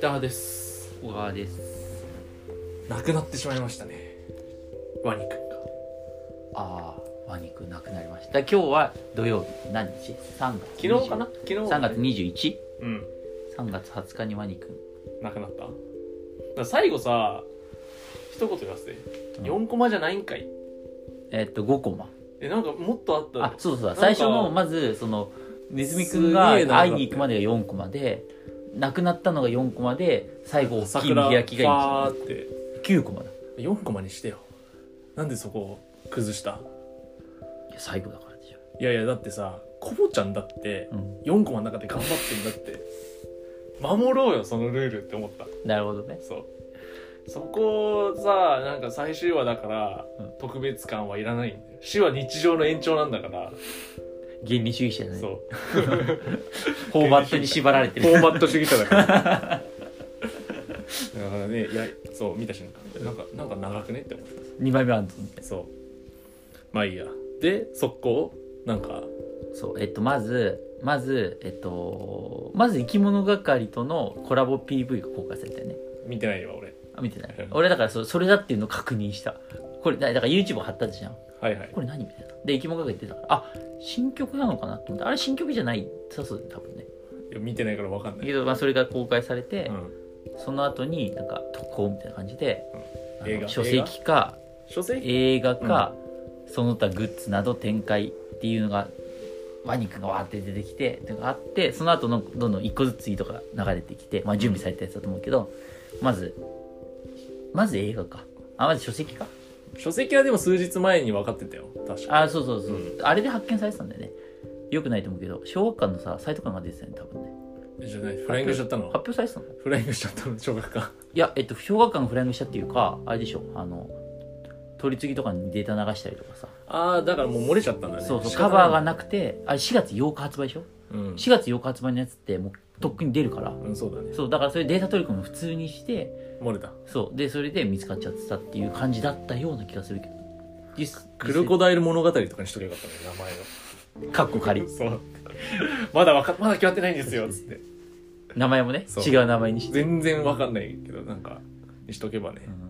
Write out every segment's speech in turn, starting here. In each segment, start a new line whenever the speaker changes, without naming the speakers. ターです
小川です
亡くなってしまいましたねワニ君が
ああワニくん亡くなりました今日は土曜日何日 ?3 月
昨日かな昨日
3月 21?3
うん
月20日にワニくん
亡くなっただから最後さ一言言わせて
うん
4コマじゃないんかい
えっと5コマ
えなんかもっとあった
あそうそうそう
か
最初のまずそのネズミくん
す
が
げえ長かった
会いに行くまでが4コマで亡くなったのが4コマで最後大きい見
桜
開きが
ファーって
9コマだ
4コマにしてよなんでそこを崩した
いや最後だからでしょ
いやいやだってさコボちゃんだって
うん
4コマの中で頑張ってんだって守ろうよそのルールって思った
なるほどね
そうそこをさなんか最終話だから、
うん
特別感はいらないんだよ死は日常の延長なんだから、
原理主義者じゃない
そう
フォーマットに縛られて
フォー
る
マット主義者だから だからねいやそう見た瞬間なんかなんか長くねって思った
2枚目アントンみたいな
そうまあいいやで速攻なんか
そうえっとまずまずえっとまず生き物係とのコラボ PV が公開されたよね
見てないわ俺
あ見てない
うん
俺だからそそれだっていうのを確認したこれだだから YouTube 貼ったじゃん
はいはい
これ何みたいなで生き物係出たからあ新曲なのかなと思ってあれ新曲じゃないそうそう多分ね
いや見てないから分かん
だ
ない、
けど、まあ、それが公開されて、
うん、
その後になんか特攻みたいな感じで、
うん
あの
映画
書籍か
書籍
映画か、その他グッズなど展開っていうのがワニ君がわーって出てきてっていうのがあってその後のどんどん一個ずついいとか流れてきて、まあ、準備されたやつだと思うけどまずまず映画かあまず書籍か
書籍はでも数日前に分かってたよ確か
あそうそうそう、あれで発見されてたんだよねよくないと思うけど小学館のさサイト館が出てたよね多分ね
にじゃないフライングしちゃったの
発表されてたのい
フライングしちゃったの小学館
やえっと小学館がフライングしたっていうかあれでしょあの取り次ぎとかにデータ流したりとかさ、
ああだからもう漏れちゃったんだね
そうそう
仕
カ
方
バー
な
が
い
なくてあれ4月8日発売でしょ
うん、
4月8日発売のやつってもうとっくに出るから
うん、そうだね
そうだからそれデータ取り込むの普通にして
漏れた
そうでそれで見つかっちゃってたっていう感じだったような気がするけど実
クルコダイル物語とかにしとけばよかったのよ
実かっこ仮
名前 をそうまだわかまだ決まってないんですよつって
名前もね
そう
違う名前にして、
全然わかんないけどなんかにしとけばね、
うん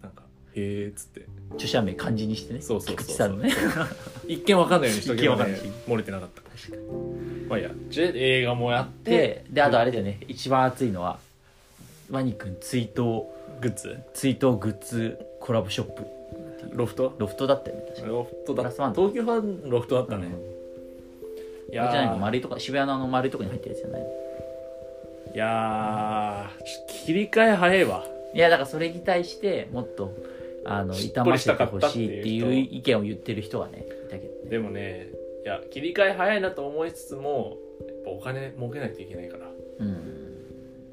なんかへえっつって
著者名漢字にしてね
そうそうそうそう
菊池さんのね確か
一見わかんないようにしとけば、ね
一見わ、
漏れてなかった
に
まあいいやじゃあ映画もやって
でであとあれだよね一番熱いのはワニ君追悼
グッズ
追悼グッズコラボショップ
ロフト
ロフトだったよね確か
ロフトだ
プラスワン
東京ファンロフトだったね、
うん
い
あれじゃない
や
の
ー
丸いとか渋谷のあの丸いとかに入ったやつじゃないの
いやーちょっと切り替え早いわ
いやだからそれに対してもっとあの
しっ
痛
と
ま
りし
せ
た
て
かっ
ほ
たって
し
いう
いっていう意見を言ってる人はねいたけどね
でもねいや切り替え早いなと思いつつもやっぱお金儲けないといけないから
うん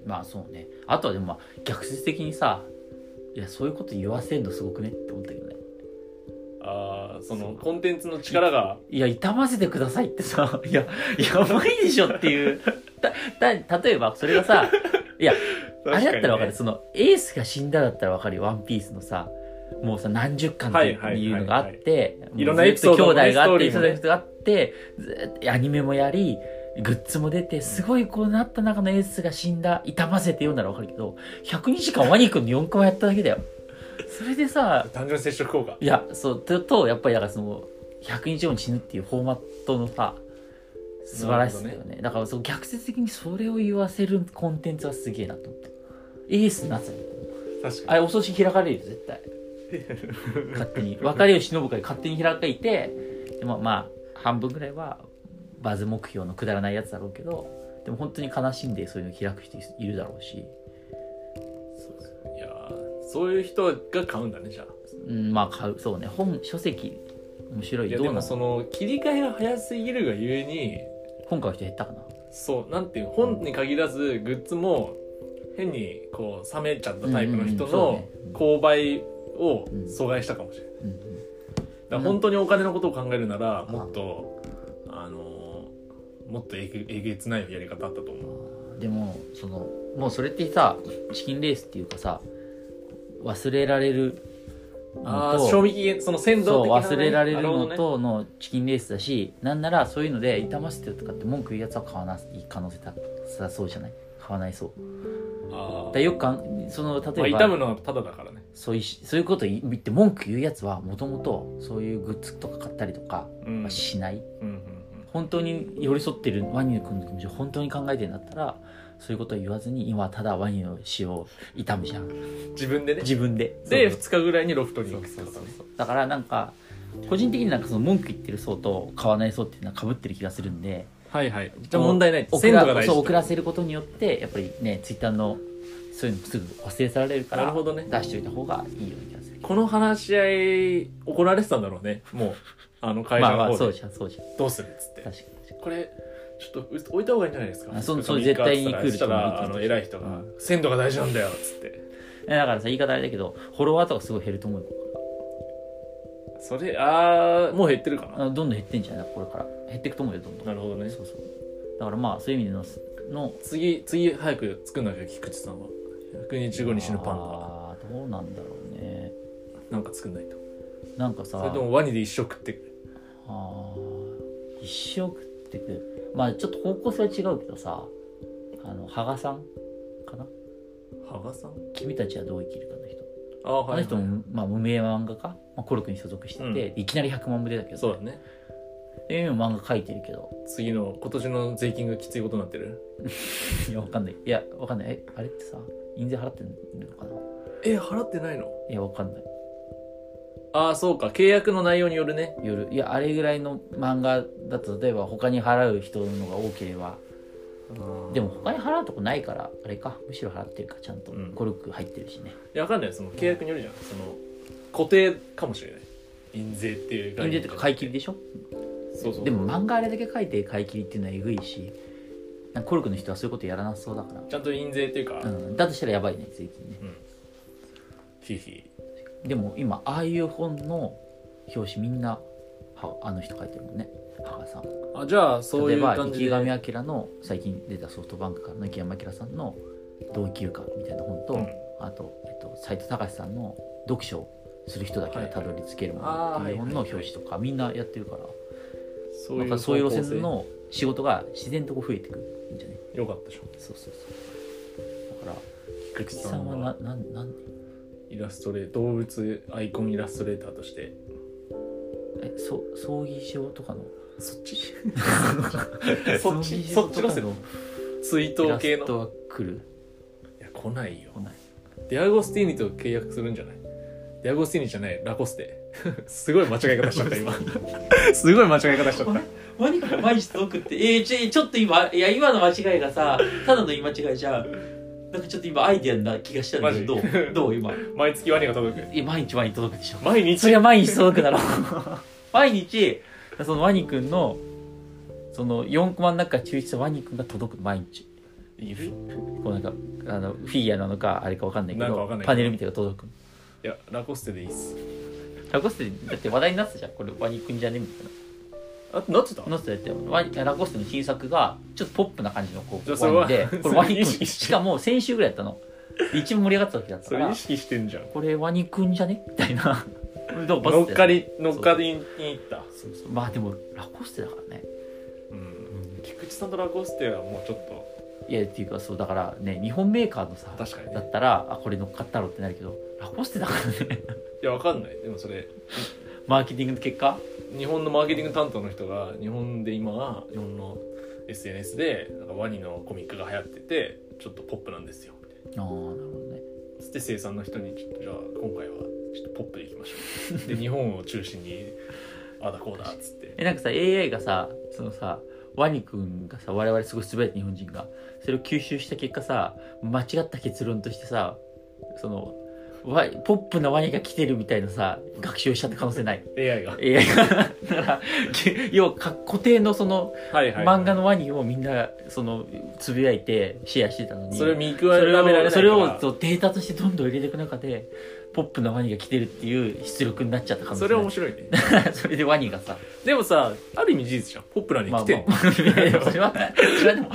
まあそうねあとはでもまあ逆説的にさいやそういうこと言わせんのすごくねって思ったけどね
あーそ
そ
の
う
コンテンツの力 が
いや痛ませてくださいってさいややばいでしょっていうたた例えばそれがさいやあれだったらわかる、そのエースが死んだだったらわかるよワンピースのさもうさ何十巻って
はいはいはいはい
いうのがあってもう
いろんなエピソードも
ずっと兄
ね
弟があっ
ス
てそ
トーリ
う
ーもね
いうがあってずっとアニメもやりグッズも出てすごいこうなった中のエースが死んだ痛ませてようならわかるけど102時間ワニ君の4コマやっただけだよそれでさ
単純接触効果
いやそうととやっぱりだからその100日後に死ぬっていうフォーマットのさ素晴らしさだよ
なる
ねだからそう逆説的にそれを言わせるコンテンツはすげえなと思ったエースなさ
確
あれお葬式開かれるよ別 に絶対勝手に別れを忍ぶ会勝手に開かれてでもまあ半分ぐらいはバズ目標のくだらないやつだろうけどでも本当に悲しんでそういうの開く人いるだろうし、
いやーそういう人が買うんだねじゃあ
うん、まあ買うそうね本書籍面白い
いや
どう
で
な
も
の
その切り替えが早すぎるがゆえに
本買う人減ったかな
そうなんていう本に限らずグッズも変にこう冷めちゃったタイプの人
うんうんそう
の
ね
購買を阻害したかもしれない
うんうん
だから本当にお金のことを考えるならもっとあのーもっとえぐえげつないやり方あったと思う
でもそのもうそれってさチキンレースっていうかさ忘れられる
ああ
の
ー賞
と
味期限その鮮
そ
度
う
的なね
忘れられるの
なるほどね
とのチキンレースだしなんならそういうので痛ませてとかって文句言うやつは買わない可能性だそうじゃない買わないそう
あ
だか
あ
らよくかんその
まあ
例えば、
痛むのはただだからね
そういうしそういうこと言って文句言うやつはもともとそういうグッズとか買ったりとか
うん
はしない、
うんうん
本当に寄り添ってるワニ君の気持ちを本当に考えてるんだったらそういうことは言わずに今はただワニの死を痛むじゃん
うん自分でね
自分で
で
そう
2日ぐらいにロフトに
そ
行
う
くって
そう
こ
そ
と
う
ね
だからなんか個人的になんかその文句言ってる層と買わない層っていうのは被ってる気がするんで
はいはいじゃあ問題ない
遅
鮮
ら
度が大
そう
事
遅らせることによってやっぱりねツイッターのそういうのすぐ忘れ去られるか
なる
ら
ほどね
出しておいた方がいいような気がする
この話し合い怒られてたんだろうねもうあの会社
まあ
の
まあ
方
そう
で
じゃんそうじゃん
どうするっつって
確かに確かに
これちょっと置いた方がいいんじゃないですか
あそうそう
二日間
絶対に来る
そしたらあ
と思う
の偉い人
う
が
ん
鮮度が大事なんだよっつって
えだからさ言い方あれだけどフォロワーとかすごい減ると思うよ
それあーもう減ってるか
あ
な
どんどん減ってんじゃないこれから減っていくと思うよどんどん
なるほどね
そうそうだからまあそういう意味でのの
次次早く作んなきゃ菊池さんは100日後に死ぬパンダ
あーどうなんだろうね
なんか作んないと
なんかさ
それともワニで一生食ってく
あー一生食ってくまあちょっと方向性は違うけどさあの羽賀さんかな
羽賀さん
君たちはどう生きるかの人
ああ
あ
は
の
い、
人
は
も、まあ、無名漫画家、まあ、コルクに所属してて、いきなり100万部出たけ
い、
ど
そうだね
で今漫画描いてるけど
次の今年の税金がきついことになってる
いやわかんないいやわかんないえあれってさ印税払ってるのかな
え払ってないの
いやわかんない
ああそうか契約の内容によるね
夜いやあれぐらいの漫画だと例えば他に払う人のが多ければでも他に払うとこないからあれかむしろ払ってるかちゃんと、
うん
コルク入ってるしね
いやわかんないよその契約によるじゃんその固定かもしれない印税っていう概
印税
念
とか買い切りでしょ
そうそう
でも漫画あれだけ書いて買い切りっていうのはえぐいしなんかコルクの人はそういうことやらなそうだから、
ちゃんと印税っていうか、
うん、だとしたらやばいね税金ね
ひひ
でも今ああいう本の表紙みんなはあの人書いてるもんね羽賀さん
あじゃあそう
例
い
え
う
ば
感じ
池
で
上彰の最近出たソフトバンクからの池上彰さんの「どう生きるか」みたいな本と、
うん
あと、えっと、斉藤隆さんの「読書をする人だけがたどり着けるも
はいはい
の」っていう本の
あーはいはいはい
表紙とかみんなやってるから
そ
なんかそういう路線の仕事が自然とこう増えてくるんじゃない
よかったでしょ
そうそうそうだから菊池さんはななんなん
イラストレー動物アイコンイラストレーターとして
えそ葬儀場とかの
そっち そ
葬
っち
儀
そ
場
っち
と
の
か
せい
の
ツイー
イ
ト
ラ
系
スト
の
は来る
いや来ないよ
来ない
ディアゴスティーニと契約するんじゃないディアゴスティーニじゃないラコステ すごい間違い方しちゃった 今すごい間違い方しちゃった
マニから毎日届くって、えー、ちょちょっと今、いや、今の間違いがさ、ただの言い間違いじゃん。なんかちょっと今、アイディアな気がしたんだけど、
マジ
どうどう今。
毎月ワニが届く
いや、毎日毎日届くでしょ。
毎
そ
日
りゃ毎日届くだろ。毎日、そのワニ君の、その4コマの中から抽出したワニ君が届く、毎日。
いる
こうなんか、あの、フィギュアなのか、あれかわかんないけ
なんかわ
ど
かんないけ、ど
パネルみたいなのが届く。
いやラコステでいいっす
ラコステ、だって話題になってたじゃん。これワニ君じゃねみたいな。
あなってた
ノストレってワニラコステの新作がちょっとポップな感じのこ
じゃあ
う
それは
ワニでこれワニ
意
くん
識して
しかも先週ぐらいやったの一番盛り上がった時だった
そ
か
れ
ら
意識してんじゃん
これワニくんじゃねみたいな乗
乗っかり乗っかりに行った
まあでもラコステだからね
うん菊池さんとラコステはもうちょっと
いやっていうかそうだからね日本メーカーのさ
確かにね
だったらあこれ乗っかったろってなるけどラコステだからね
いやわかんないでもそれ
マーケティングの結果
日本のマーケティング担当の人が日本で今は日本の SNS でなんかワニのコミックが流行っててちょっとポップなんですよみたいな
ああなるほどね
つって生産の人にちょっとじゃあ今回はちょっとポップでいきましょうで日本を中心にあだこうだっつって
えなんかさ AI がさそのさワニ君がさ我々すごい滑る日本人がそれを吸収した結果さ間違った結論としてさそのワイポップなワニが来てるみたいなさ学習をしちゃった可能性ない
AI が
AI が だからき要はか固定のその
はいはい、
漫画のワニをみんなそのつぶやいてシェアしてたのに
それを見比べ
そ
られ
れ
ないか
を
ら
それをそうデータとしてどんどん入れていく中でポップなワニが来てるっていう出力になっちゃった可能性
それは
な
面
い
白いね
それでワニがさ
でもさある意味事実じゃんポップなに
まあ
来てんの
まあ、いやいやそれは、それはでも、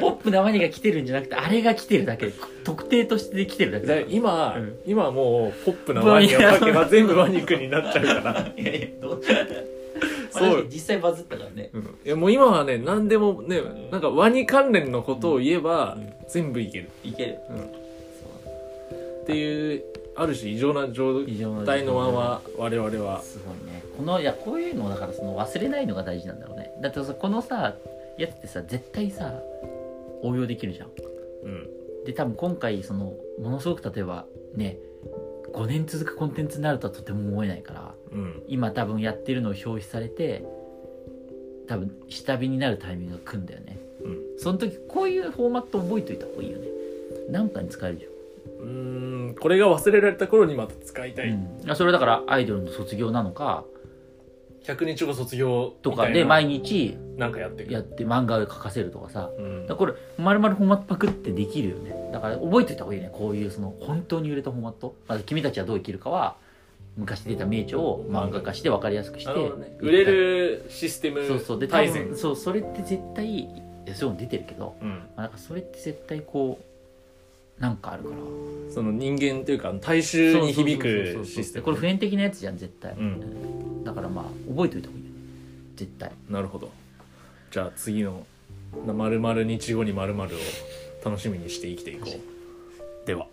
ポップなワニが来てるんじゃなくて、あれが来てるだけで、特定として来てるだけ
だから
だか
今、
うん
今はもうポップなワニを書けば全部ワニ君になっちゃうから
ら。いやいや、どうあれ
そう
実際バズったからね
うんいやもう今はね何でもねなんかワニ関連のことを言えば
うん
全部いける
いける、
うん
そう
っていうある種異常な状
異常な
態のまま我々は
すごいねこのいやこういうのをだからその忘れないのが大事なんだろうねだってさこのさやつってさ絶対さ応用できるじゃん
うん
で多分今回そのものすごく例えばね5年続くコンテンツになるとはとても思えないから
うん
今多分やってるのを表示されて多分下火になるタイミングが来るんだよね
うん
その時こういうフォーマット覚えといた方がいいよねなんかに使えるじ
うーんこれが忘れられた頃にまた使いた
ゃ
い、
ん、うん、それだからアイドルの卒業なのか
100日後卒業
とか
みた
で
いな
毎日
なんかやってく
やって漫画を描かせるとかさ
うん
だからこれまるまるフォーマットパクってできるよねだから覚えておいた方がいいねこういうその本当に売れたフォーマット、まあ、君たちはどう生きるかは昔出た名著を漫画化して分かりやすくして
なるほどね売れるシステム
そうそうで多
対戦
分そうそれって絶対いやそういうの出てるけど、
うん
まあ、なんかそれって絶対こうなんかあるから
その人間というか大衆に響くシステム
これ普遍的なやつじゃん絶対、
う
だからまあ覚えておいた方がいいよね絶対
なるほどじゃあ次の「まるまる日後にまるまるを楽しみにして生きていこうでは